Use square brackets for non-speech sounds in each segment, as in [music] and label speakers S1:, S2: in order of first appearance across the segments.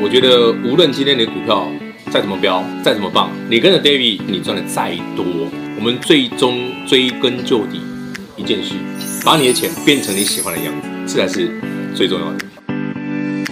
S1: 我觉得无论今天你的股票再怎么飙，再怎么棒，你跟着 David 你赚的再多，我们最终追根究底一件事，把你的钱变成你喜欢的样子，这才是最重要的。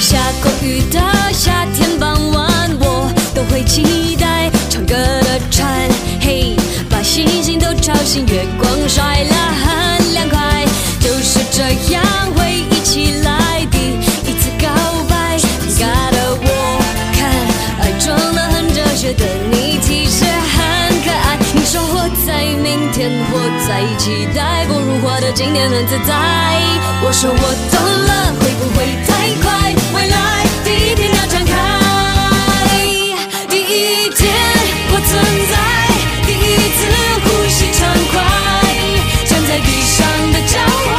S2: 下过雨的夏天傍晚，我都会期待唱歌的蝉，嘿，把星星都吵醒，月光晒了很凉快，就是这样回忆起来第一次告白，尴尬的我看，爱装得很哲学的你其实很可爱，你说活在明天，活在期待，不如活得今天很自在，我说我懂了，会不会太快？未来第一天要展开，第一天我存在，第一次呼吸畅快，站在地上的脚踝，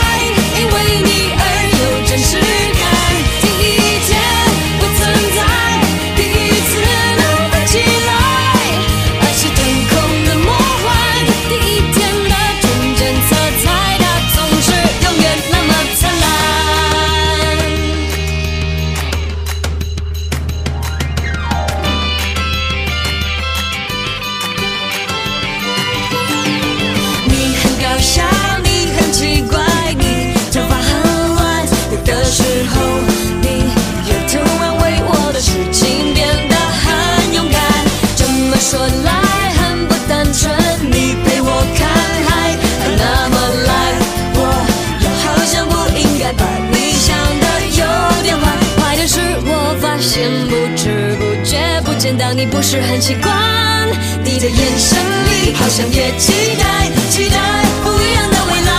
S2: 因为你而有真实感。第一天我存在，第一次能飞起来，爱是腾空的魔幻，第一天的纯真色彩，它总是永远那么灿烂。你很搞笑，你很奇怪，你头发很乱。有的时候，你又突然为我的事情变得很勇敢。这么说来很不单纯，你陪我看海，还那么懒。我又好像不应该把你想的有点坏。坏的是我发现不知不觉不见到你不是很习惯，你的眼神里好像也期待，期待不一样的未来。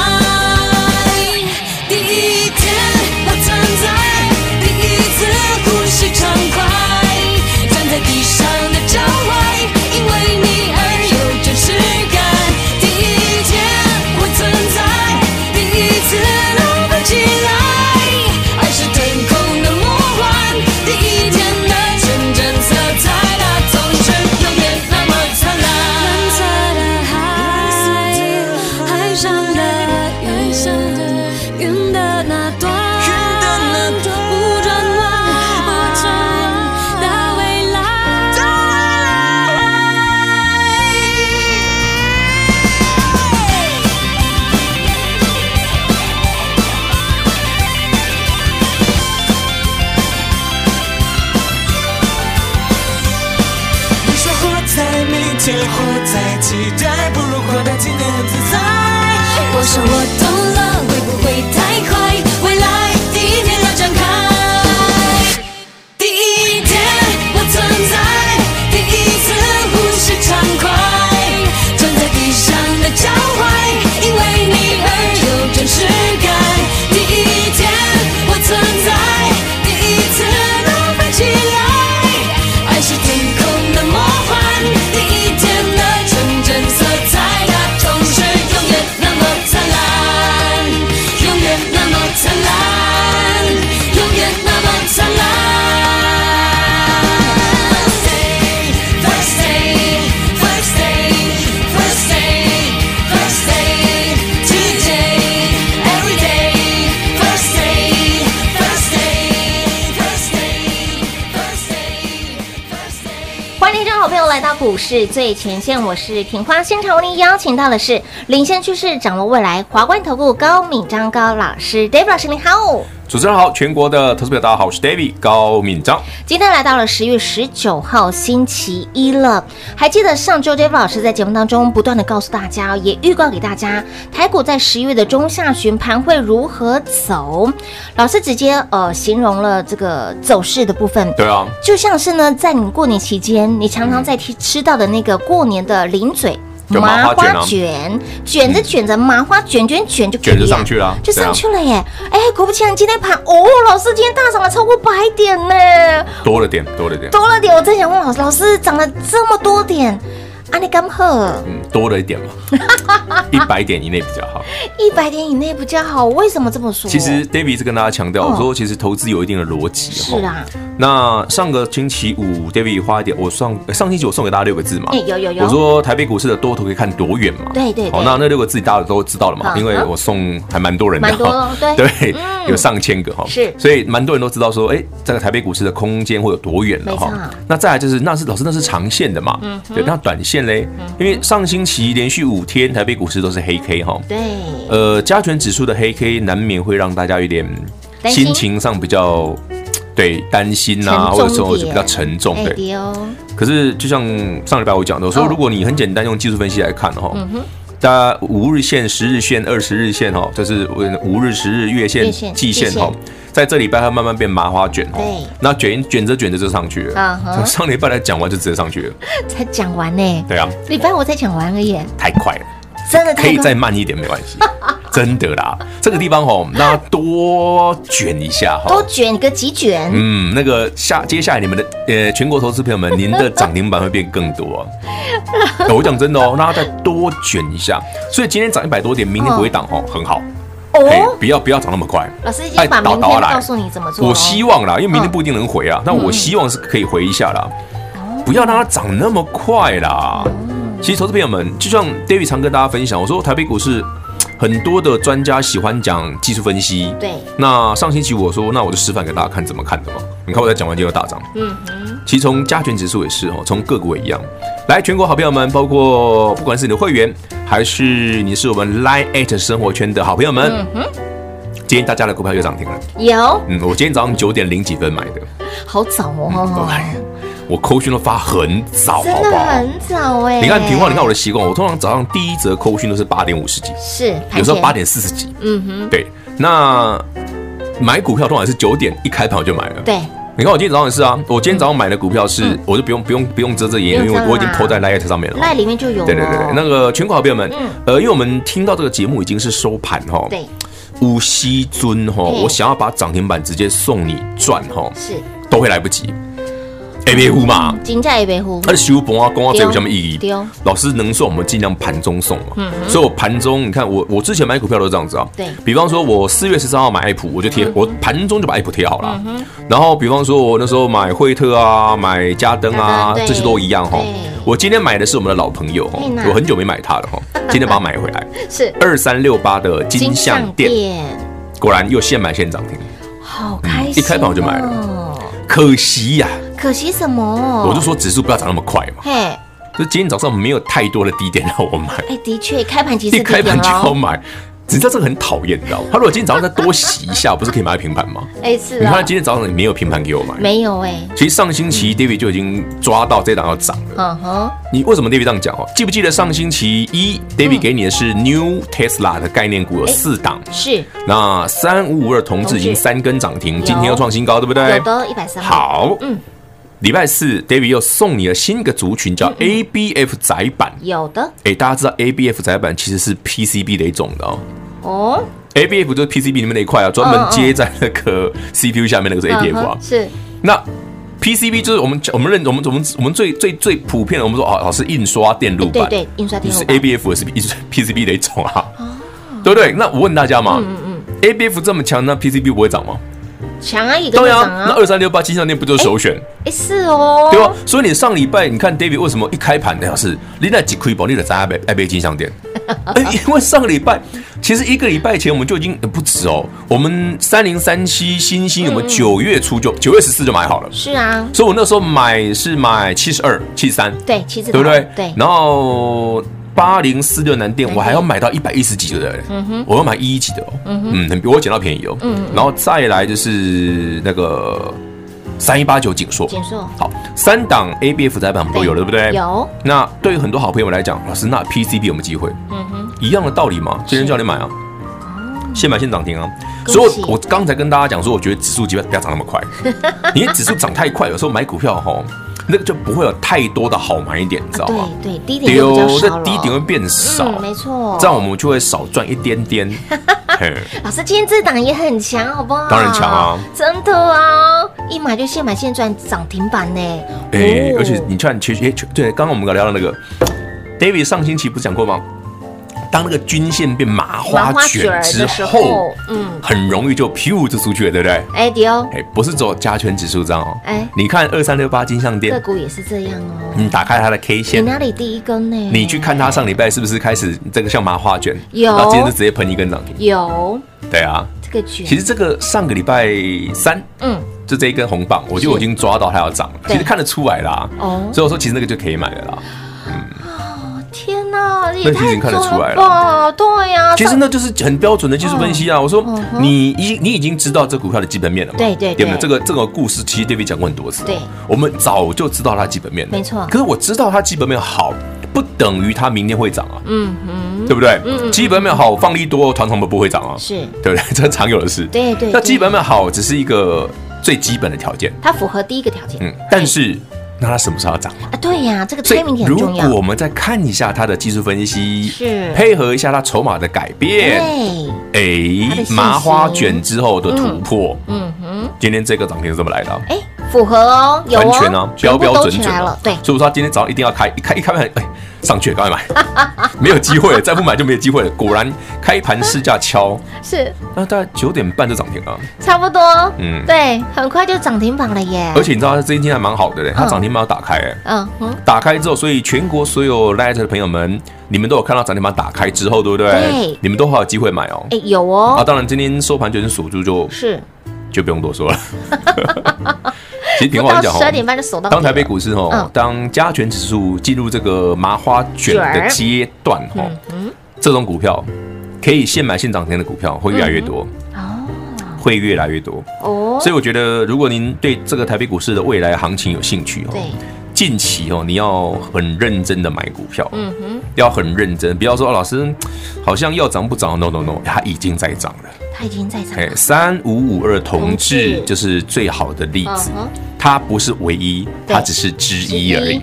S2: 第一天我存在，第一次呼吸畅快，站在地上的脚踝，因为你而有真实感。第一天我存在，第一次能飞起来，爱是腾空的魔幻，第一天的纯真色彩，它总是永远那么灿烂。蓝色的海，海上的云，云的那端，不转弯，不转弯到未来。
S3: 你说活在明天，活在期待，不如活在今天很自在。
S2: 我说我懂了，会不会太快？未来第一天要展开，第一天我存在，第一次呼吸畅快，站在地上的脚踝，因为你而有真实感。第一天我存在，第一次能飞起来，爱是天空的魔幻，第一天的纯真色彩，它总是永远那么灿烂，永远那么灿烂，永远那么灿烂。First day, first day, first day, first day, today, every day. First day, first day, first day, first day, first day.
S4: 欢迎听众好朋友来到股市最前线，我是平花。现场为您邀请到的是领先趋势、掌握未来华冠投顾高敏章高老师，David 老师您好。
S5: 主持人好，全国的投资者大家好，我是 David 高敏章。
S4: 今天来到了十月十九号星期一了，还记得上周 David 老师在节目当中不断的告诉大家哦，也预告给大家，台股在十一月的中下旬盘会如何走。老师直接呃形容了这个走势的部分，
S5: 对啊，
S4: 就像是呢，在你过年期间，你常常在吃吃到的那个过年的零嘴。
S5: 就麻花卷啊嗯
S4: 卷，卷着卷着麻花卷卷卷就可以
S5: 卷就上去了啊
S4: 就上
S5: 对啊
S4: 去了耶！哎，果不其然，今天盘哦，老师今天大涨了超过百点呢，
S5: 多了点，多了点，
S4: 多了点。我真想问老师，老师涨了这么多点，啊，你干喝
S5: 嗯，多了一点嘛，
S4: [laughs]
S5: 一百点以内比
S4: 哦
S5: 较好。
S4: 一百点以内比较好？为什么这么说？
S5: 其实 David 是跟大家强调
S4: 哦
S5: 说，其实投资有一定的逻辑。
S4: 是啊，
S5: 那上个星期五，David 花一点，我上呃上星期我送给大家六个字嘛
S4: 哎，，有有有，
S5: 哦我说台北股市的多头可以看多远嘛？
S4: 对对对
S5: 好，那那六个字大家都知道了嘛，
S4: 嗯
S5: 因为我送还蛮多人的
S4: 蛮多
S5: 哈
S4: 哦，对
S5: [laughs] 对
S4: 嗯，
S5: 有上千个哈，
S4: 是
S5: 所以蛮多人都知道说，哎，这个台北股市的空间会有多远了
S4: 没错嗯
S5: 哈。那再来就是，那是老师那是长线的嘛，对，那短线嘞，因为上星期连续五天台北股市都是黑 K 哈，
S4: 对，
S5: 呃，加权指数的黑 K 难免会让大家有点
S4: 担心
S5: 心情上比较对担心呐、
S4: 沉重
S5: 或者说
S4: 一
S5: 是
S4: 点
S5: 比较沉重。
S4: 哎
S5: 对，
S4: 对哦，
S5: 可是就像上礼拜我讲的，我说
S4: 哦嗯
S5: 如果你很简单用技术分析来看哈，大家五日线、十日线、二十日线哈，就是五日、十日、月
S4: 月
S5: 线
S4: 线、
S5: 季
S4: 季
S5: 线
S4: 线
S5: 哈。在这礼拜它慢慢变麻花卷
S4: 对
S5: 哦，那卷卷着卷着就上去
S4: 嗯哼
S5: 了。上礼拜来讲完就直接上去了，
S4: 才讲完呢，
S5: 对啊，
S4: 礼拜我才讲完而已，
S5: 太快了。
S4: 真的
S5: 可
S4: 太
S5: 以
S4: 快
S5: 再慢一点没关系，真的啦。这个地方吼，那多卷一下
S4: 多
S5: 哈。
S4: 卷个几卷，
S5: 哦嗯，那个下接下来你们的呃全国投资朋友们，您的涨停板会变更多、哦。我讲真的哦，那再多卷一下。所以今天涨一百多点，明天不会涨哦，很好。嘿
S4: 哦，
S5: 不要不要涨那么快。
S4: 老师已经把
S5: 哎倒
S4: 明
S5: 倒
S4: 天
S5: 下来
S4: 告诉你怎么做。
S5: 我希
S4: 望，
S5: 望啦，因为明天不一定能回啊，但我希望是可以回一下啦，不要让它涨那么快啦。其实投资朋友们，就像 David 常跟大家分享，我说台北股市很多的专家喜欢讲技术分析，
S4: 对
S5: 那上星期我说，那我就示范给大家看怎么看的嘛。你看我在讲完就有大涨，
S4: 嗯哼，
S5: 其实从加权指数也是哦，从个股也一样。来，全国好朋友们，包括不管是你的会员，还是你是我们 Line at 生活圈的好朋友们，
S4: 嗯哼，
S5: 今天大家的股票又涨停了。
S4: 有，
S5: 嗯，我今天早上九点零几分买的，
S4: 好早
S5: 嗯
S4: 哦，
S5: 我扣讯都发很早，好
S4: 真
S5: 不
S4: 的
S5: 好？
S4: 很早哎。
S5: 你看平话，你看我的习惯，我通常早上第一则扣讯都是八点五十几，
S4: 是盘
S5: 有时候
S4: 前
S5: 八，点四十几。
S4: 嗯哼，
S5: 对，那买股票通常是九点一开盘我就买了。，
S4: 对，
S5: 你看我今天早上也是啊，我今天早上买的股票是，我就不用不用不用遮遮掩掩，
S4: 嗯不
S5: 因
S4: 用遮
S5: 为
S4: 啦
S5: 我我已经投在 Lite 上面了。
S4: 那里面就有了。
S5: 哦对对对对，那个全国好朋友们
S4: 嗯，
S5: 呃，因为我们听到这个节目已经是收盘哈，
S4: 对
S5: 五西尊哈，
S4: 嘿
S5: 我想要把涨停板直接送你赚哈，
S4: 是
S5: 都会来不及。A 哎 B 股嘛，
S4: 金价也被呼，
S5: 啊而且修崩啊，公啊，这有什么意
S4: 对
S5: 义
S4: 哦？嗯
S5: 老师能送，我们尽量盘中送嘛。所以我盘中，你看我我之前买股票都是这样子啊。
S4: 对
S5: 比方说我四月十三号买爱普，我就
S4: 嗯
S5: 贴，我盘中就把爱普贴好了。然后比方说我那时候买惠特啊，买嘉登啊
S4: 嘉登，对
S5: 这些都一样哈
S4: 对。哎
S5: 我今天买的是我们的老朋友哈
S4: 嘿呐，
S5: 我很久没买它了哈，今天把它买
S4: [laughs]
S5: 回来。
S4: 是
S5: 二三六八的金像店，果然又现买现涨停，
S4: 好开心哦，
S5: 嗯一开盘我就买可惜呀，
S4: 可惜什么？
S5: 我就，说指数不要涨那么快嘛。
S4: 嘿，
S5: 就今天早上没有太多的低点让我买，
S4: 哎，的确，开盘其实
S5: 一开盘
S4: 低
S5: 就
S4: 点哦
S5: 要买，你知道这个很讨厌，你知道吗？他如果今天早上再多洗一下，不是可以买平盘吗？
S4: 哎是
S5: 你看他
S4: 啊，
S5: 今天早上也没有平盘给我买，
S4: 没有哎，
S5: 其实上星期 David 就已经抓到这档要涨了。
S4: 嗯哼，
S5: 你为什么 David 这样讲哦？记不记得上星期一
S4: 嗯
S5: David 给你的是 New Tesla 的概念股有四档，
S4: 是
S5: 那三五五二同
S4: 同
S5: 志已经
S4: 志
S5: 三根涨停，
S4: 有
S5: 今天又创新高，对不对
S4: 有？的一百三，
S5: 哎好，
S4: 嗯
S5: 礼拜四 David 又送你了新一个族群，
S4: 嗯
S5: 叫 ABF 窄板。
S4: 有的
S5: 哎、大家知道 ABF 载板其实是 PCB 的一种的哦。
S4: 哦，
S5: ABF 就是 PCB 里面的一块啊，专门接在那个 CPU 下面那个是 ABF 啊
S4: 嗯嗯哼。是
S5: 那 PCB 就是我们我们认我们我们我们最最最普遍的，我们说哦，老是印刷电路
S4: 对
S5: 板，
S4: 对，印刷
S5: 就
S4: 电路
S5: 是
S4: 板哦
S5: ABF 也是 PCB 的一种啊，对不对？那我问大家嘛、a
S4: 嗯
S5: b f 这么强，那 PCB 不会涨吗？
S4: 强啊，也跟
S5: 对
S4: 着
S5: 啊
S4: 涨，
S5: 那
S4: 啊，
S5: 二三六八金项店不就是首选？
S4: 哎是哦，
S5: 对吧？啊所以你上礼拜你看 David 为什么一开盘那样是你那几亏宝，你得在爱贝爱贝金
S4: [laughs]
S5: 商店。哎，因为上个礼拜其实一个礼拜前我们就已经呃不止哦，我们三零三七星星，我
S4: 嗯
S5: 们九月初就九月十四就买好了，
S4: 是啊，
S5: 所以我那时候买是买七十二、七十三，
S4: 对，其实
S5: 对不对？
S4: 对，
S5: 然后八零四六南电，我还要买到一百一十几的，我要买一一几的哦，嗯，很比我捡到便宜哦。然后再来就是那个三一八九锦硕，
S4: 简硕
S5: 好，三档 ABF 载板我们都有了，对不对？。
S4: 有，
S5: 那对于很多好朋友们来讲，老师，那 PCB 有没有机会？
S4: 嗯哼，
S5: 一样的道理嘛，今天叫你买啊，现买现涨停啊。
S4: 哦恭
S5: 所以
S4: 喜
S5: 我，我
S4: [laughs]
S5: 刚才跟大家讲说，我觉得指数基本不要涨那么快，因为指数涨太快，有时候买股票哈，那个就不会有太多的好买点，你知道吗？
S4: 对啊对，低点就比较
S5: 啊哦这
S4: 少了，
S5: 低点会变少，
S4: 嗯没错
S5: 这样我们就会少赚一点
S4: [laughs]
S5: 点。嘿
S4: 老师今天这档也很强，好不好？
S5: 当然强啊，
S4: 真的哦，一买就现买现赚涨停板呢。
S5: 哎，
S4: 哦
S5: 而且你看，其实哎，其对，刚刚我们聊到那个 David 上星期不是讲过吗？当那个均线变麻花
S4: 麻花卷
S5: 卷
S4: 儿
S5: 之
S4: 的时
S5: 后
S4: 候，，嗯，
S5: 很容易就噗就出去了，对不对？
S4: 哎丢，
S5: 哎，不是走加权指数这样哦。
S4: 哎
S5: 你看二三六八金项
S4: 个
S5: 店，
S4: 股也是这样哦。
S5: 你打开它的 K
S4: 你
S5: 线，
S4: 那里第一根呢？
S5: 嗯你去看它上礼拜是不是开始这个像麻花卷？
S4: 有
S5: 那今天就直接喷一根涨停。
S4: 有
S5: 对啊，
S4: 这个卷，
S5: 其实这个上个礼拜三
S4: 嗯，
S5: 就这一根红棒，我就已经抓到它要涨了，
S4: 对
S5: 其实看得出来啦。
S4: 哦
S5: 所以我说其实那个就可以买了啦。
S4: 天哪，也
S5: 那其实
S4: 太
S5: 你看得
S4: 准
S5: 出来了
S4: 吧？对呀，
S5: 其实
S4: 上
S5: 那就是很标准的技术分析啊。我说
S4: 嗯哼
S5: 你已你已经知道这股票的基本面了嘛？
S4: 对对对
S5: 不这个这个故事其实 David 讲过很多次，
S4: 对，
S5: 我们早就知道它基本面了，
S4: 没错
S5: 可是我知道它基本面好，不等于它明天会涨啊，嗯嗯，对不对？基本面好，放利多，常常都不会涨啊，
S4: 是
S5: 对不对？ [laughs] 这常有的事。
S4: 对对
S5: 那
S4: 对
S5: 基本面好只是一个最基本的条件，
S4: 它符合第一个条件。
S5: 嗯，但是那它什么时候要涨啊？
S4: 啊，对呀，这个
S5: 所以
S4: timing 点
S5: 如
S4: 很重
S5: 果
S4: 要。
S5: 我们再看一下它的技术分析，
S4: 是
S5: 配合一下它筹码的改变，
S4: 对，它的
S5: 哎
S4: 信，心
S5: 麻花卷之后的突破，
S4: 嗯哼，
S5: 今天这个涨停是怎么来的啊？
S4: 哎，符合哦，有
S5: 完
S4: 哦，
S5: 全啊，
S4: 全部
S5: 标标
S4: 都
S5: 准
S4: 起
S5: 准
S4: 来
S5: 啊
S4: 了，对，
S5: 所以我说他今天早上一定要开，一开一开盘，哎，上去赶快买， [laughs] 没有机
S4: [laughs]
S5: 会了，再不买就没有机会了。果然开盘市价敲，
S4: 是
S5: 那大概九点半就涨停了，
S4: 差不多，
S5: 嗯
S4: 对，很快就涨停榜了耶。
S5: 而且你知道它这一天还蛮好的嘞，它
S4: 嗯
S5: 涨停板要打开哎。
S4: 嗯哼，
S5: 打开之后，所以全国所有 Light 的朋友们，你们都有看到涨停板打开之后，对不对？
S4: 对
S5: 你们都还有机会买哦。
S4: 哎，有
S5: 啊，
S4: 哦，
S5: 当然今天收盘就是锁住就，
S4: 是，
S5: 就不用多
S4: [laughs]
S5: 说了。其实
S4: 不
S5: 平话
S4: 到
S5: 来讲哦
S4: 十二点半就锁到底了。
S5: 当台北股市哦
S4: 嗯，
S5: 当加权指数进入这个麻花卷的阶段哦，
S4: 嗯
S5: 这种股票可以现买现涨停的股票会越来越多，会越来越多。
S4: 嗯哦，
S5: 所以我觉得，如果您对这个台北股市的未来行情有兴趣哦
S4: 对，，
S5: 近期哦，你要很认真的买股票，
S4: 嗯哼，
S5: 要很认真，不要说、哦、老师好像要涨不涨，no no no，它已经在涨
S4: [laughs]
S5: 了。
S4: 它已经在涨
S5: 哎
S4: 了，，
S5: 三五五二
S4: 同
S5: 同志
S4: 志
S5: 就是最好的例子
S4: 嗯哼，
S5: 它不是唯一，
S4: 对
S5: 它只是之一而已。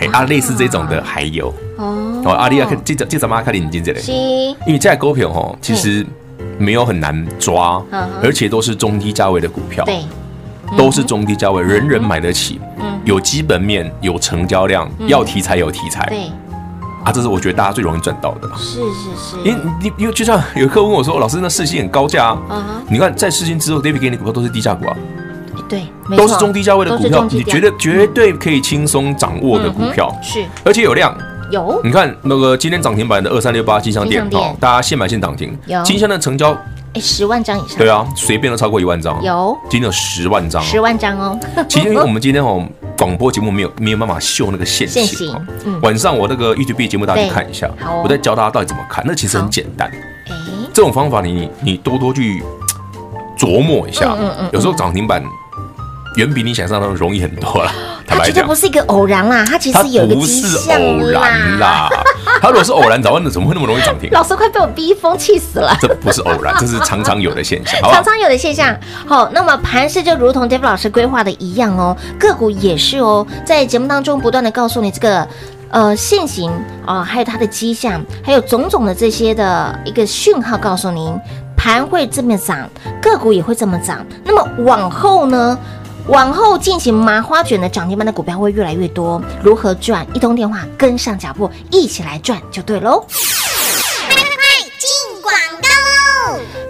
S5: 哎，啊，类似这种的还有
S4: 哦，
S5: 哦，阿丽亚看这这咱妈看领进这类，
S4: 七，
S5: 因为这股票哦，其实没有很难抓
S4: 嗯哼，
S5: 而且都是中低价位的股票，
S4: 对，嗯
S5: 都是中低价位，人人买得起，有基本面，有成交量，要题材有题材，
S4: 嗯对，
S5: 啊，这是我觉得大家最容易赚到的啦。
S4: 是是是，
S5: 因为你因为就像有客户问我说，老师那市心很高价
S4: 嗯
S5: 啊
S4: 哼，
S5: 你看在市心之后，David 给你的股票都是低价股啊，
S4: 哎对，没
S5: 都是
S4: 错
S5: 中低价位的
S4: 都
S5: 股
S4: 是
S5: 票
S4: 中，低
S5: 你
S4: 价嗯
S5: 绝对绝对可以轻松掌握的股票，
S4: 是
S5: 而且有量。
S4: 有
S5: 你看那个今天涨停板的二三六八金项店
S4: 金像店
S5: 哦，大家现买现涨停
S4: 有，
S5: 金项的成交
S4: 哎十万张以上，
S5: 对啊，随便都超过一万张，
S4: 有
S5: 今天有十万张哦。
S4: 十万张哦，
S5: [laughs] 其实因为我们今天哦广播节目没有没有办法秀那个现
S4: 现
S5: 形
S4: 行
S5: 哦，
S4: 嗯
S5: 晚上我那个 YouTube 节目大家去
S4: 对
S5: 看一下
S4: 好哦，
S5: 我再教大家到底怎么看，那其实很
S4: 好
S5: 简单。
S4: [laughs] 哎，
S5: 这种方法你，你你多多去琢磨一下，
S4: 嗯嗯嗯
S5: 有时候涨停板远比你想象当中容易很多啦。 [laughs]
S4: 它
S5: 坦白
S4: 绝对
S5: 讲
S4: 不，是一个偶然啦，它其
S5: 它
S4: 实有一个
S5: 不
S4: 迹
S5: 是
S4: 象
S5: 偶然
S4: 啦。 [laughs]
S5: 啦，它如果是偶然，早晚怎么会那么容易涨停？
S4: 老师快被我逼疯，气死了。
S5: 这不是偶然，这是常常有的现象，好不
S4: 常
S5: 好？ [laughs]
S4: 常有的现象。好，那么盘势就如同 Dave 老师规划的一样哦，个股也是哦，在节目当中不断的告诉你这个。呃，现行啊、还有它的迹象，还有种种的这些的一个讯号，告诉您盘会这么涨，个股也会这么涨。那么往后呢？往后进行麻花卷的涨停板的股票会越来越多，如何赚？一通电话跟上脚步，一起来赚就对喽。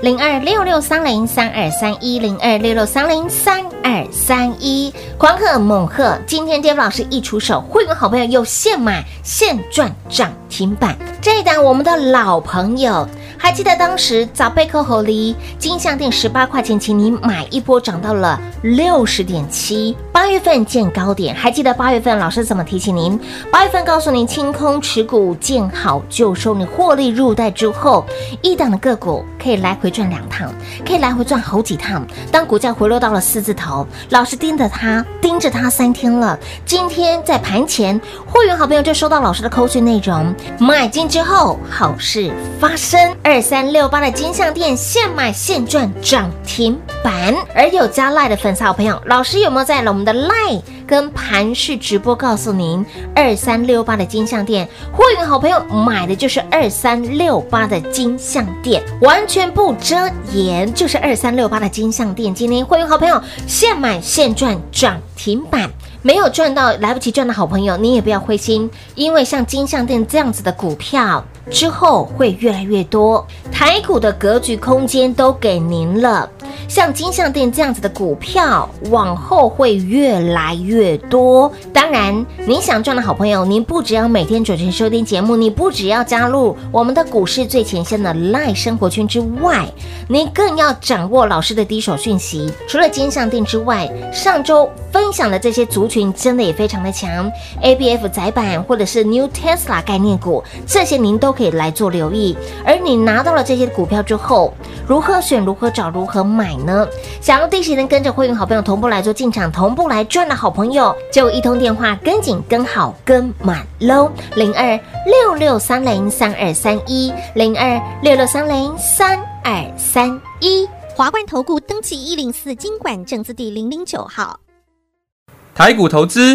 S4: 零二六六三零三二三一零二六六三零三二三一，狂贺猛贺！今天 d a v 老师一出手，会员好朋友又现买现赚涨停板。这一档我们的老朋友，还记得当时早贝扣侯梨金项店十八块钱，请你买一波，涨到了六十点七。八月份见高点，还记得八月份老师怎么提醒您？八月份告诉您清空持股，见好就收，你获利入袋之后，一档的个股可以来回赚两趟，可以来回赚好几趟。当股价回落到了四字头，老师盯着它，盯着它三天了。今天在盘前，会员好朋友就收到老师的扣讯内容，买进之后好事发生。二二三六八的金项店现买现赚涨停板。而有加赖的粉丝好朋友，老师有没有在我们的赖跟盘市直播告诉您，二三六八的金项店，会员好朋友买的就是二三六八的金项店，完全不遮掩，就是二三六八的金项店。今天会员好朋友现买现赚涨停板。没有赚到来不及赚的好朋友，你也不要灰心，因为像金项店这样子的股票之后会越来越多，台股的格局空间都给您了。像金项店这样子的股票，往后会越来越多。当然，您想赚的好朋友，您不只要每天准时收听节目，你不只要加入我们的股市最前线的 Live 生活圈之外，您更要掌握老师的第一手讯息。除了金项店之外，上周分享的这些族群真的也非常的强，ABF 窄板或者是 New Tesla 概念股，这些您都可以来做留意。而你拿到了这些股票之后，如何选、如何找、如何买呢？想要第一时间跟着会员好朋友同步来做进场、同步来赚的好朋友，就一通电话跟紧、跟好、跟满喽！零二六六三零三二三一零二六六三零三二三一。
S6: 华冠投顾登记一零四经管证字第零零九号。
S7: 台股投资，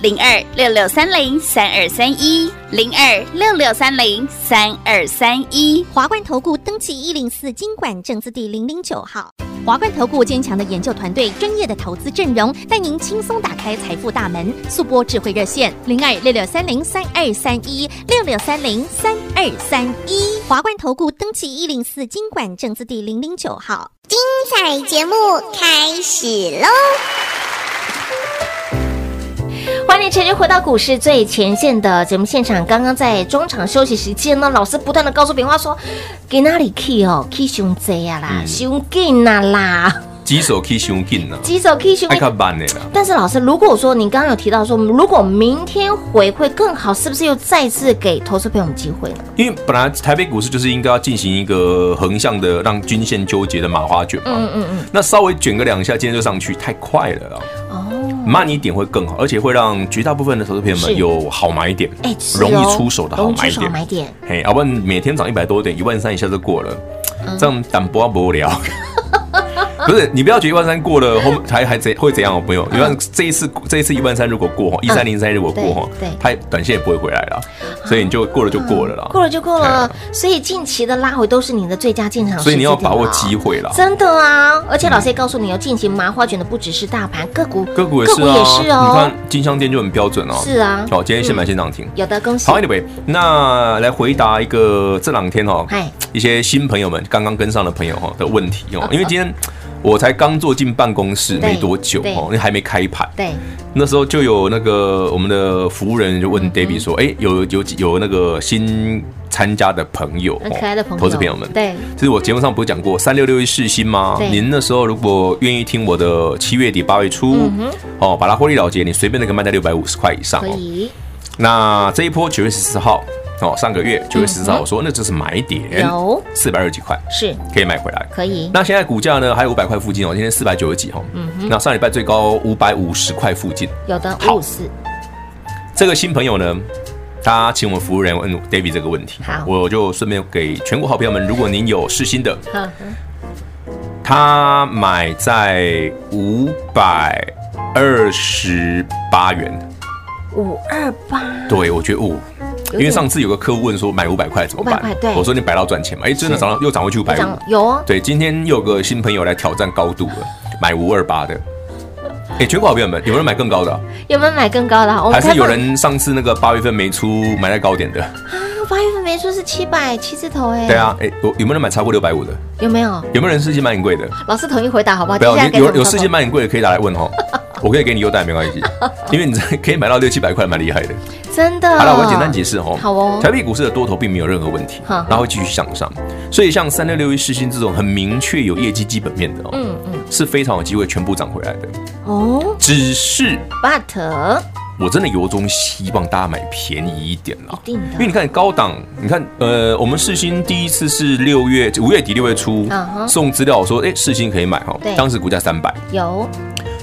S8: 零二六六三零三二三一，零二六六三零三二三一。
S6: 华冠投顾登记一零四经管证字第零零九号。华冠投顾坚强的研究团队，专业的投资阵容，带您轻松打开财富大门。速播智慧热线零二六六三零三二三一六六三零三二三一。华冠投顾登记一零四经管证字第零零九号。精彩节目开始喽！
S4: 欢迎持续回到股市最前线的节目现场。刚刚在中场休息时间呢，老师不断的告诉炳花说：“给哪里 key 哦，key 熊贼啊
S5: 嗯
S4: 啦，熊劲啊啦，
S5: 几手 K 胸劲呐，
S4: 几手 key 熊
S5: 爱。看慢的啦”。
S4: 但是老师，如果说你刚刚有提到说，如果明天回馈更好，是不是又再次给投资朋友们机会呢？
S5: 因为本来台北股市就是应该要进行一个横向的让均线纠结的麻花卷嘛，嗯嗯嗯，那稍微卷个两下，今天就上去，太快了啊，
S4: 哦，
S5: 慢一点会更好，而且会让绝大部分的投资朋友
S4: 是
S5: 们有好买点
S4: 哎，，是
S5: 容易
S4: 哦
S5: 出手的好
S4: 容易出
S5: 买
S4: 手好买
S5: 点，
S4: 点，
S5: 嘿，要不然每天涨一百多点，一万三一下就过了，
S4: 嗯
S5: 这样胆波无聊。 [laughs] 不是，你不要觉得一万三过
S4: [laughs]
S5: 了，后面还还怎会怎样哦，朋友？一万这一次这一次一万三如果过哦，一三零三如果过哦
S4: 嗯对对，啊
S5: 它短线也不会回来了，所以你就过了就过了啦。
S4: 过了就过了
S5: 哎。
S4: 所以近期的拉回都是你的最佳进场时机
S5: 所以你要
S4: 点
S5: 把握
S4: 了
S5: 机会啦。
S4: 真的啊！而且老师也告诉你哦，进行麻花卷的不只是大盘个股，
S5: 个股也是啊，
S4: 也是
S5: 你
S4: 哦
S5: 看，金香店就很标准哦。
S4: 是啊嗯
S5: 好，今天先买先涨停。
S4: 有的恭喜
S5: 好。，Anyway，那来回答一个这两天哦
S4: 嗨，
S5: 一些新朋友们刚刚跟上的朋友哈的问题哦，因为今天我才刚坐进办公室
S4: 对
S5: 没多久
S4: 对
S5: 哦，因为还没开盘，
S4: 对，
S5: 那时候就有那个我们的服务人就
S4: 嗯
S5: 问 David 说，哎，有有几有那个新参加的朋友哦，
S4: 很嗯可爱的朋友，
S5: 投资朋友们，
S4: 对，
S5: 就是我节目上不是讲过三六六一世新吗
S4: 对？
S5: 您那时候如果愿意听我的七月底八月初、哦，把它获利了结，你随便那个卖在六百五十块以上
S4: 嗯可
S5: 哦。
S4: 以，
S5: 那这一波九月十四号哦，上个月九月十四号，我说那只是买点，
S4: 嗯有
S5: 四百二十几块
S4: 是
S5: 可以买回来。
S4: 可以，
S5: 哦哎那现在股价呢还有五百块附近哦，今天四百九十几哦，
S4: 嗯
S5: 那上礼拜最高五百五十块附近。
S4: 有的
S5: 好
S4: 五五四，
S5: 这个新朋友呢，他请我们服务人问 David 这个问题，
S4: 好
S5: 我就顺便给全国好朋友们，如果您有试新的，
S4: 呵呵
S5: 他买在五百二十八元。
S4: 五二八，
S5: 对，我觉得哦，
S4: 有
S5: 因
S4: 点
S5: 为上次有个客户问说买五百块怎么
S4: 500
S5: 办？
S4: 块对
S5: 我说你摆到赚钱嘛，哎，真的
S4: 是
S5: 涨到又涨回去五百
S4: 涨
S5: 五。
S4: 有哦，
S5: 对，今天又有个新朋友来挑战高度了，买五二八的。哎，全国好朋友们，有人买更高的啊、
S4: 有没有买更高的？啊我们
S5: 还
S4: 哦开
S5: 是
S4: 放
S5: 有人上次那个八月份没出，买在高点的？
S4: 啊八月份没说是七百七字头哎，
S5: 对，啊，哎，有有没有人买超过六百五的？
S4: 有没有？
S5: 有没有人事先买很贵的？
S4: 老师统一回答好不好？
S5: 不要，
S4: 接下来
S5: 你
S4: 该
S5: 有
S4: 怎么
S5: 有
S4: 操
S5: 事
S4: 作
S5: 先买很贵的可以打来问
S4: [laughs]
S5: 哦，我可以给你优待没关系，因为你这 [laughs] 可以买到六七百块，蛮厉害的。
S4: 真的。
S5: 好了，我简单解释哦。
S4: 啊好哦
S5: 台北股市的多头并没有任何问题，
S4: 好
S5: 然后会继续向上。所以像三六六一世新这种很明确有业绩基本面的哦，
S4: 嗯嗯，
S5: 是非常有机会全部涨回来的。
S4: 哦
S5: 只是
S4: ，but
S5: 我真的由衷希望大家买便宜一点啦，
S4: 一定的
S5: 因为你看高档，你看呃，我们世新第一次是六月五月底六月初、
S4: 嗯哼
S5: 送资料说，哎、世新可以买哈
S4: 对，
S5: 当时股价三百，
S4: 有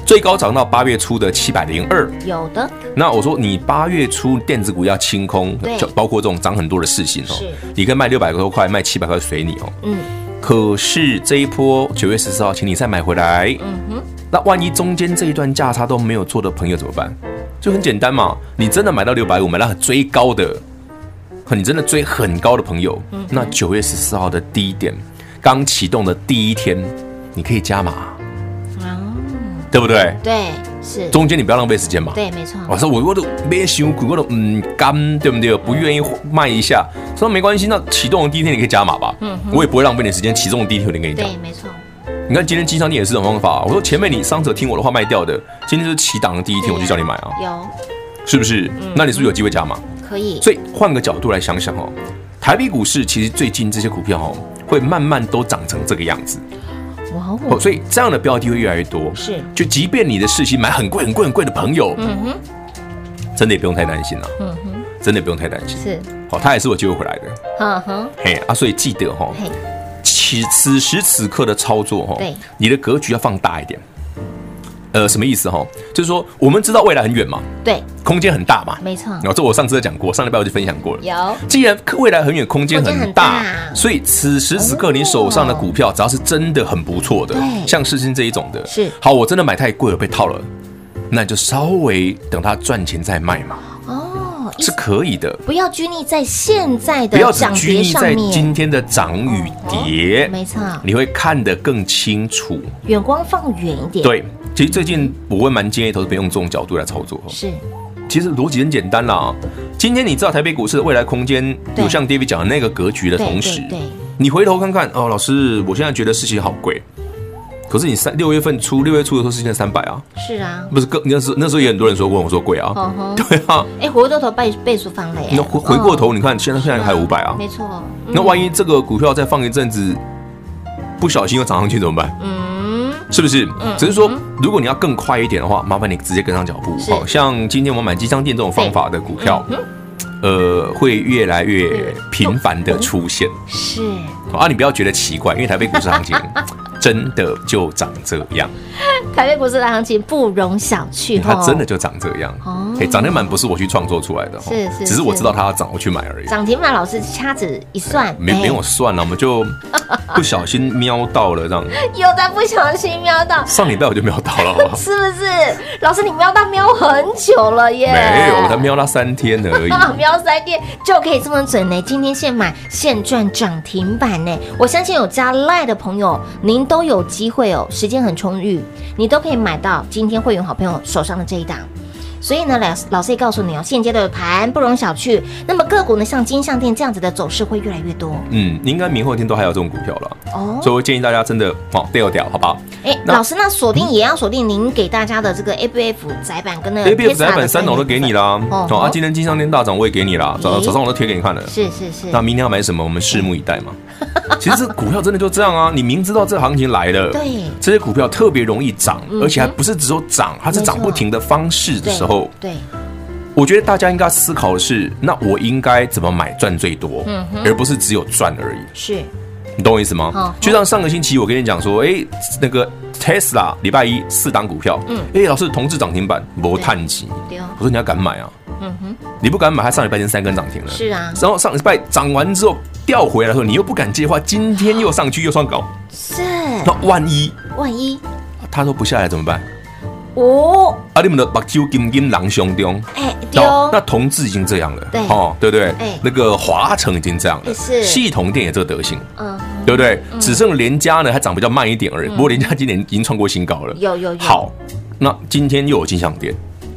S5: 最高涨到八月初的七百零二。
S4: 有的
S5: 那我说你八月初电子股要清空
S4: 对，
S5: 就包括这种涨很多的事情哦
S4: 是，
S5: 你可以卖六百多块，卖七百块随你哦。
S4: 嗯，
S5: 可是这一波九月十四号，请你再买回来。嗯哼，那万一中间这一段价差都没有做的朋友怎么办？就很简单嘛，你真的买到六百五，买到很追高的，你真的追很高的朋友，
S4: 嗯
S5: 那九月十四号的低点刚启动的第一天，你可以加码，
S4: 啊，
S5: 对不对？
S4: 对，是，
S5: 中间你不要浪费时间嘛。
S4: 对，没错，
S5: 我说哦我我都没想股，我都嗯干，对不对？不愿意卖一下，说没关系，那启动的第一天你可以加码吧，
S4: 嗯哼
S5: 我也不会浪费你时间。启动的第一天我就跟你讲，
S4: 对，没错，
S5: 你看今天金商店也是这种方法、我说前面你上次有听我的话卖掉的，今天就是起档的第一天我就叫你买啊，
S4: 有
S5: 是不是？
S4: 嗯
S5: 那你是不是有机会加码？
S4: 可以，
S5: 所以换个角度来想想哦，台北股市其实最近这些股票哦，会慢慢都长成这个样子，
S4: 哇
S5: 哦，
S4: 哦，
S5: 所以这样的标的会越来越多。
S4: 是
S5: 就即便你的事情买很贵很贵很贵的朋友，
S4: 嗯哼，
S5: 真的也不用太担心了、啊
S4: 嗯哼，
S5: 真的不用太担心。
S4: 是，
S5: 好、他也是有机会回来的。
S4: 嗯哼，
S5: 嘿啊，所以记得哈、哦，
S4: 嘿，
S5: 此此时此刻的操作哈、
S4: 对
S5: 哦，你的格局要放大一点。呃，什么意思哈、哦？就是说我们知道未来很远嘛，
S4: 对，
S5: 空间很大嘛，
S4: 没错
S5: 然后这我上次有讲过，上礼拜我就分享过了。
S4: 有
S5: 既然未来很远，空间
S4: 空间
S5: 很
S4: 很
S5: 大，
S4: 大哦
S5: 所以此时此刻你手上的股票，只要是真的很不错的
S4: 对，
S5: 像世新这一种的，
S4: 是
S5: 好，我真的买太贵了，被套了，那就稍微等它赚钱再卖嘛，
S4: 哦，一
S5: 是可以的。
S4: 不要拘泥在现在
S5: 不要
S4: 的
S5: 只
S4: 涨
S5: 拘
S4: 跌
S5: 泥
S4: 上
S5: 在今
S4: 面，
S5: 天的涨与跌，
S4: 哦没错
S5: 你会看得更清楚。
S4: 眼光放远一点，，
S5: 对，其实最近我会蛮建议投资朋友用这种角度来操作。
S4: 是
S5: 其实逻辑很简单啦，今天你知道台北股市的未来空间
S4: 对
S5: 有像 David 讲的那个格局的
S4: 对
S5: 同时
S4: 对对，
S5: 你回头看看哦，老师，我现在觉得事情好贵。可是你三六月份初六月初的时候是现在三百啊，
S4: 是啊，
S5: 不是更那时候那时候也很多人说问我说贵啊，
S4: 嗯哼，
S5: 对啊，
S4: 哎，回过头倍倍数放了耶，
S5: 那回回过
S4: 嗯
S5: 头你看现在现在还有五百啊，
S4: 没错，
S5: 那万一这个股票再放一阵子，不小心又涨上去怎么办？
S4: 嗯，
S5: 是不是？只是说，如果你要更快一点的话，麻烦你直接跟上脚步。
S4: 是
S5: 好像今天我们买鸡商店这种方法的股票，
S4: 嗯
S5: 呃，会越来越频繁
S4: 嗯
S5: 的出现。
S4: 是
S5: 好啊，你不要觉得奇怪，因为台北股
S4: [laughs]
S5: 市行情真的就长这样，
S4: 台北股市的行情不容小觑
S5: 哎它
S4: 哦，
S5: 真的就长这样
S4: 哦。
S5: 哎，涨停板不是我去创作出来的，哦
S4: 是是
S5: 只是我
S4: 是
S5: 知道它要涨，我去买而已。
S4: 涨停板老师掐指一算，
S5: 没
S4: 哎
S5: 没有算啊了，我们就不小心瞄到了
S4: [laughs]
S5: 这样。
S4: 又在不小心瞄到，
S5: 上礼拜我就瞄到了，好不好？
S4: 是不是？老师，你瞄到瞄很久了耶，
S5: 没有，我才。瞄到三天
S4: [laughs]
S5: 而已。
S4: 啊，瞄三天就可以这么准呢！今天现买现赚涨停板呢！我相信有加赖的朋友，您都有机会哦，时间很充裕，你都可以买到今天会员好朋友手上的这一档。所以呢，老老师也告诉你哦，现阶段的盘不容小觑。那么个股呢，像金项店这样子的走势会越来越多
S5: 嗯，应该明后天都还有这种股票了，
S4: 哦。
S5: 所以我建议大家真的哦掉掉，好不好
S4: 哎，
S5: 那
S4: 老师，那锁定也要锁定您给大家的这个 A B F 窄板跟那个
S5: ？A B F
S4: Tesla
S5: 窄板三
S4: 概
S5: 楼
S4: 念
S5: 都给你
S4: 部
S5: 啦，
S4: 哦
S5: 哦啊，今天金商店大涨我也给你啦，早
S4: 诶
S5: 早上我都贴给你看了。
S4: 分，是是是，
S5: [laughs] 那明天要买什么？我们拭目
S4: [laughs]
S5: 以待嘛。其实这股票真的就这样啊，你明知道这行情来了，
S4: 对嗯
S5: 这些股票特别容易涨，
S4: 哼
S5: 而且还不是只有涨，它是
S4: 没错
S5: 涨不停的方式的
S4: 对
S5: 时候，
S4: 对，
S5: 我觉得大家应该思考的是，那我应该怎么买赚最多，
S4: 嗯
S5: 而不是只有赚而已。
S4: 是
S5: 你懂我意思
S4: 嗯
S5: 吗？就像上个星期我跟你讲说，哎，那个 Tesla 礼拜一四档股票，嗯，哎，老师同志涨停板，我探级，
S4: 对嗯哦
S5: 我说你要敢买啊，你不敢买，它上礼拜已经三根涨停了，
S4: 是啊
S5: 然后上礼拜涨完之后掉回来的时候，你又不敢接话，今天又上去又上高，
S4: 是，啊
S5: 那万一
S4: 万一
S5: 它都不下来怎么办？
S4: 哦，
S5: 啊，你们的目睭金金狼熊中。
S4: 哎，丢、
S5: 哦，那同志已经这样了，
S4: 对
S5: 哦，对不对
S4: 哎？
S5: 那个华城已经这样
S4: 哎
S5: 了，
S4: 是
S5: 系统店也这个德行，
S4: 嗯，
S5: 对不对？只剩联家呢，还涨比较慢一点而已。不过联家今年已经创过新高了。
S4: 有有有
S5: 好，那今天又有金项店，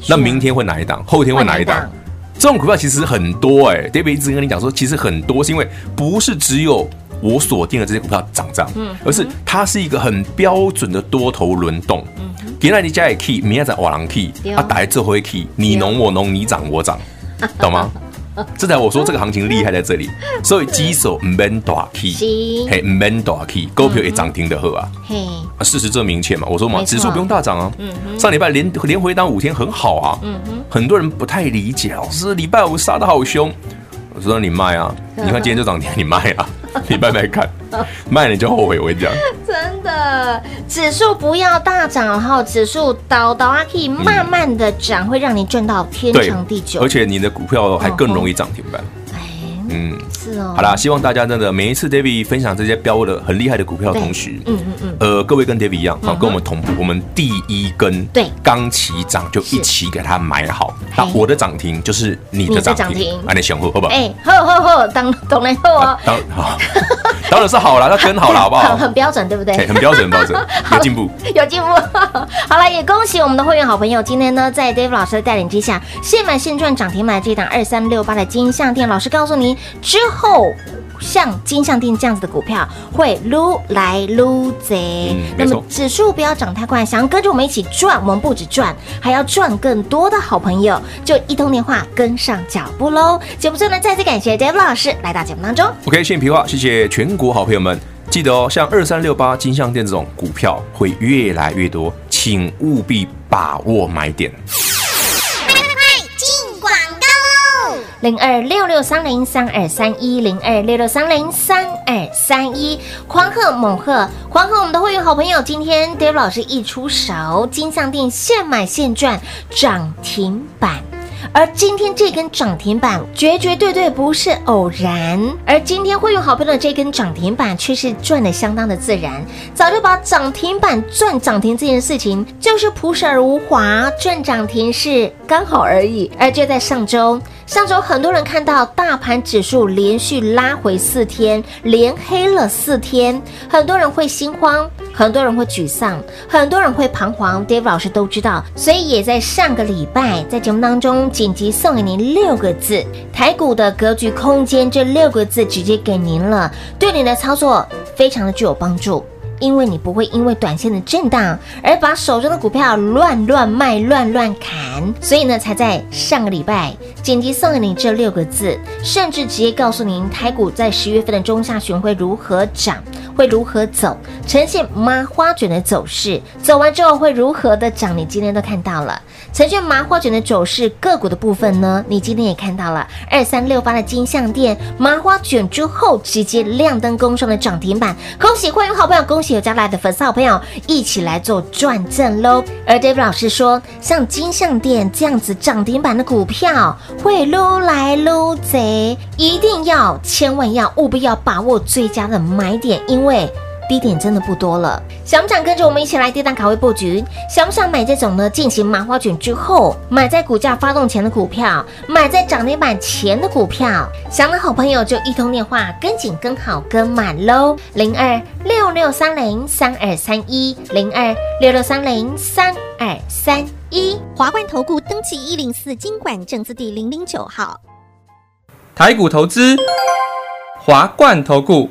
S5: 那明天会哪一档？后天会哪
S4: 会
S5: 一
S4: 哪一
S5: 档
S4: 档？
S5: 这种股票其实很多哎、d a v i d 一直跟你讲说，其实很多是因为不是只有我锁定的这些股票涨涨，
S4: 嗯
S5: 而是它是一个很标准的多头轮动。今天你家也 key，明天在瓦郎 key，
S4: 嗯对哦
S5: 啊，打来这回 key，你
S4: 对哦 [laughs]
S5: 侬我侬，你涨我涨，懂吗？这才我说这个行情厉害在这里。所以基手唔免大起，
S4: [laughs] 是
S5: 嘿唔免大起，股票也涨停的好啊。
S4: 嘿，
S5: 啊事实证明切嘛，我说嘛，
S4: 没错嗯
S5: 指数不用大涨啊。上礼拜连连回档五天很好啊。很多人不太理解，老师礼拜五杀的好凶。我说你卖
S4: [laughs]
S5: 啊，你看今天就涨停，你卖啊， [laughs] 你卖卖看，卖了你就后悔。我跟你讲，
S4: 真的，指数不要大涨，然后指数倒倒啊，可以慢慢的涨，会让你赚到天
S5: 对
S4: 长地，久
S5: 而。且你的股票还更容易涨停板。
S4: 哎，
S5: 嗯，
S4: 是哦。
S5: 好啦，，希望大家真的每一次 David 分享这些标的很厉害的股票的同时，
S4: 嗯嗯嗯，
S5: 呃，各位跟 David 一样，好，跟我们同步，我们第一根
S4: 对
S5: 刚起涨就一起给它买好。那我的涨停就是你
S4: 你
S5: 的
S4: 的
S5: 涨
S4: 涨
S5: 停
S4: 停，
S5: 啊，你想好好不好？
S4: 哎，吼吼吼，当懂了后
S5: [laughs]
S4: 哦，
S5: 当好，当然是好啦，那
S4: [laughs]
S5: 跟好了好不好
S4: 很？很标准，对不对？
S5: 哎，很标准，很标准，有进步。
S4: [laughs] 有进步。好了，也恭喜我们的会员好朋友，今天呢，在 Dave 老师的带领之下，现买现赚涨停板这档二三六八的金项店，老师告诉您之后。像金项店这样子的股票会撸来撸贼，
S5: 嗯
S4: 那
S5: 没
S4: 么
S5: 错
S4: 指数不要涨太快，想要跟着我们一起赚，我们不止赚，还要赚更多的好朋友，就一通电话跟上脚步喽。节目最后呢，再次感谢 Dave 老师来到节目当中。
S5: OK，谢谢皮话，谢谢全国好朋友们。记得哦，像二三六八金项店这种股票会越来越多，请务必把握买点。
S4: 零二六六三零三二三一零二六六三零三二三一，狂贺猛贺，狂贺我们的会员好朋友！今天 Dave 老师一出手，金项店现买现赚涨停板。而今天这根涨停板绝绝对对不是偶然，而今天会员好朋友的这根涨停板却是赚的相当的自然，早就把涨停板赚涨停这件事情就是朴实而无华，赚涨停是刚好而已。而就在上周，上周很多人看到大盘指数连续拉回四天，连黑了四天，很多人会心慌，很多人会沮丧，很多人会彷徨。Dave 老师都知道，所以也在上个礼拜在节目当中紧急送给您六个字：台股的格局空间。这六个字直接给您了，对您的操作非常的具有帮助。因为你不会因为短线的震荡而把手中的股票乱乱卖、乱乱砍，所以呢，才在上个礼拜紧急送给你这六个字，甚至直接告诉您台股在十月份的中下旬会如何涨，会如何走，呈现麻花卷的走势，走完之后会如何的涨，你今天都看到了。呈现麻花卷的走势，个股的部分呢，你今天也看到了，二三六八的金项店麻花卷之后直接亮灯攻上了涨停板，恭喜会员好朋友，恭喜有加来的粉丝好朋友，一起来做转正喽。而 Dave 老师说，像金项店这样子涨停板的股票会撸来撸贼，一定要千万要务必要把握最佳的买点，因为。低点真的不多了。想不想跟着我们一起来跌宕卡位布局？想不想买这种呢？进行麻花卷之后，买在股价发动前的股票，买在涨停板前的股票。想的好朋友就一通电话，跟紧、跟好、跟满喽。零二六六三零三二三一，零二六六三零三二三一。
S6: 华冠投顾登记一零四经管证字第零零九号。
S7: 台股投资，华冠投顾。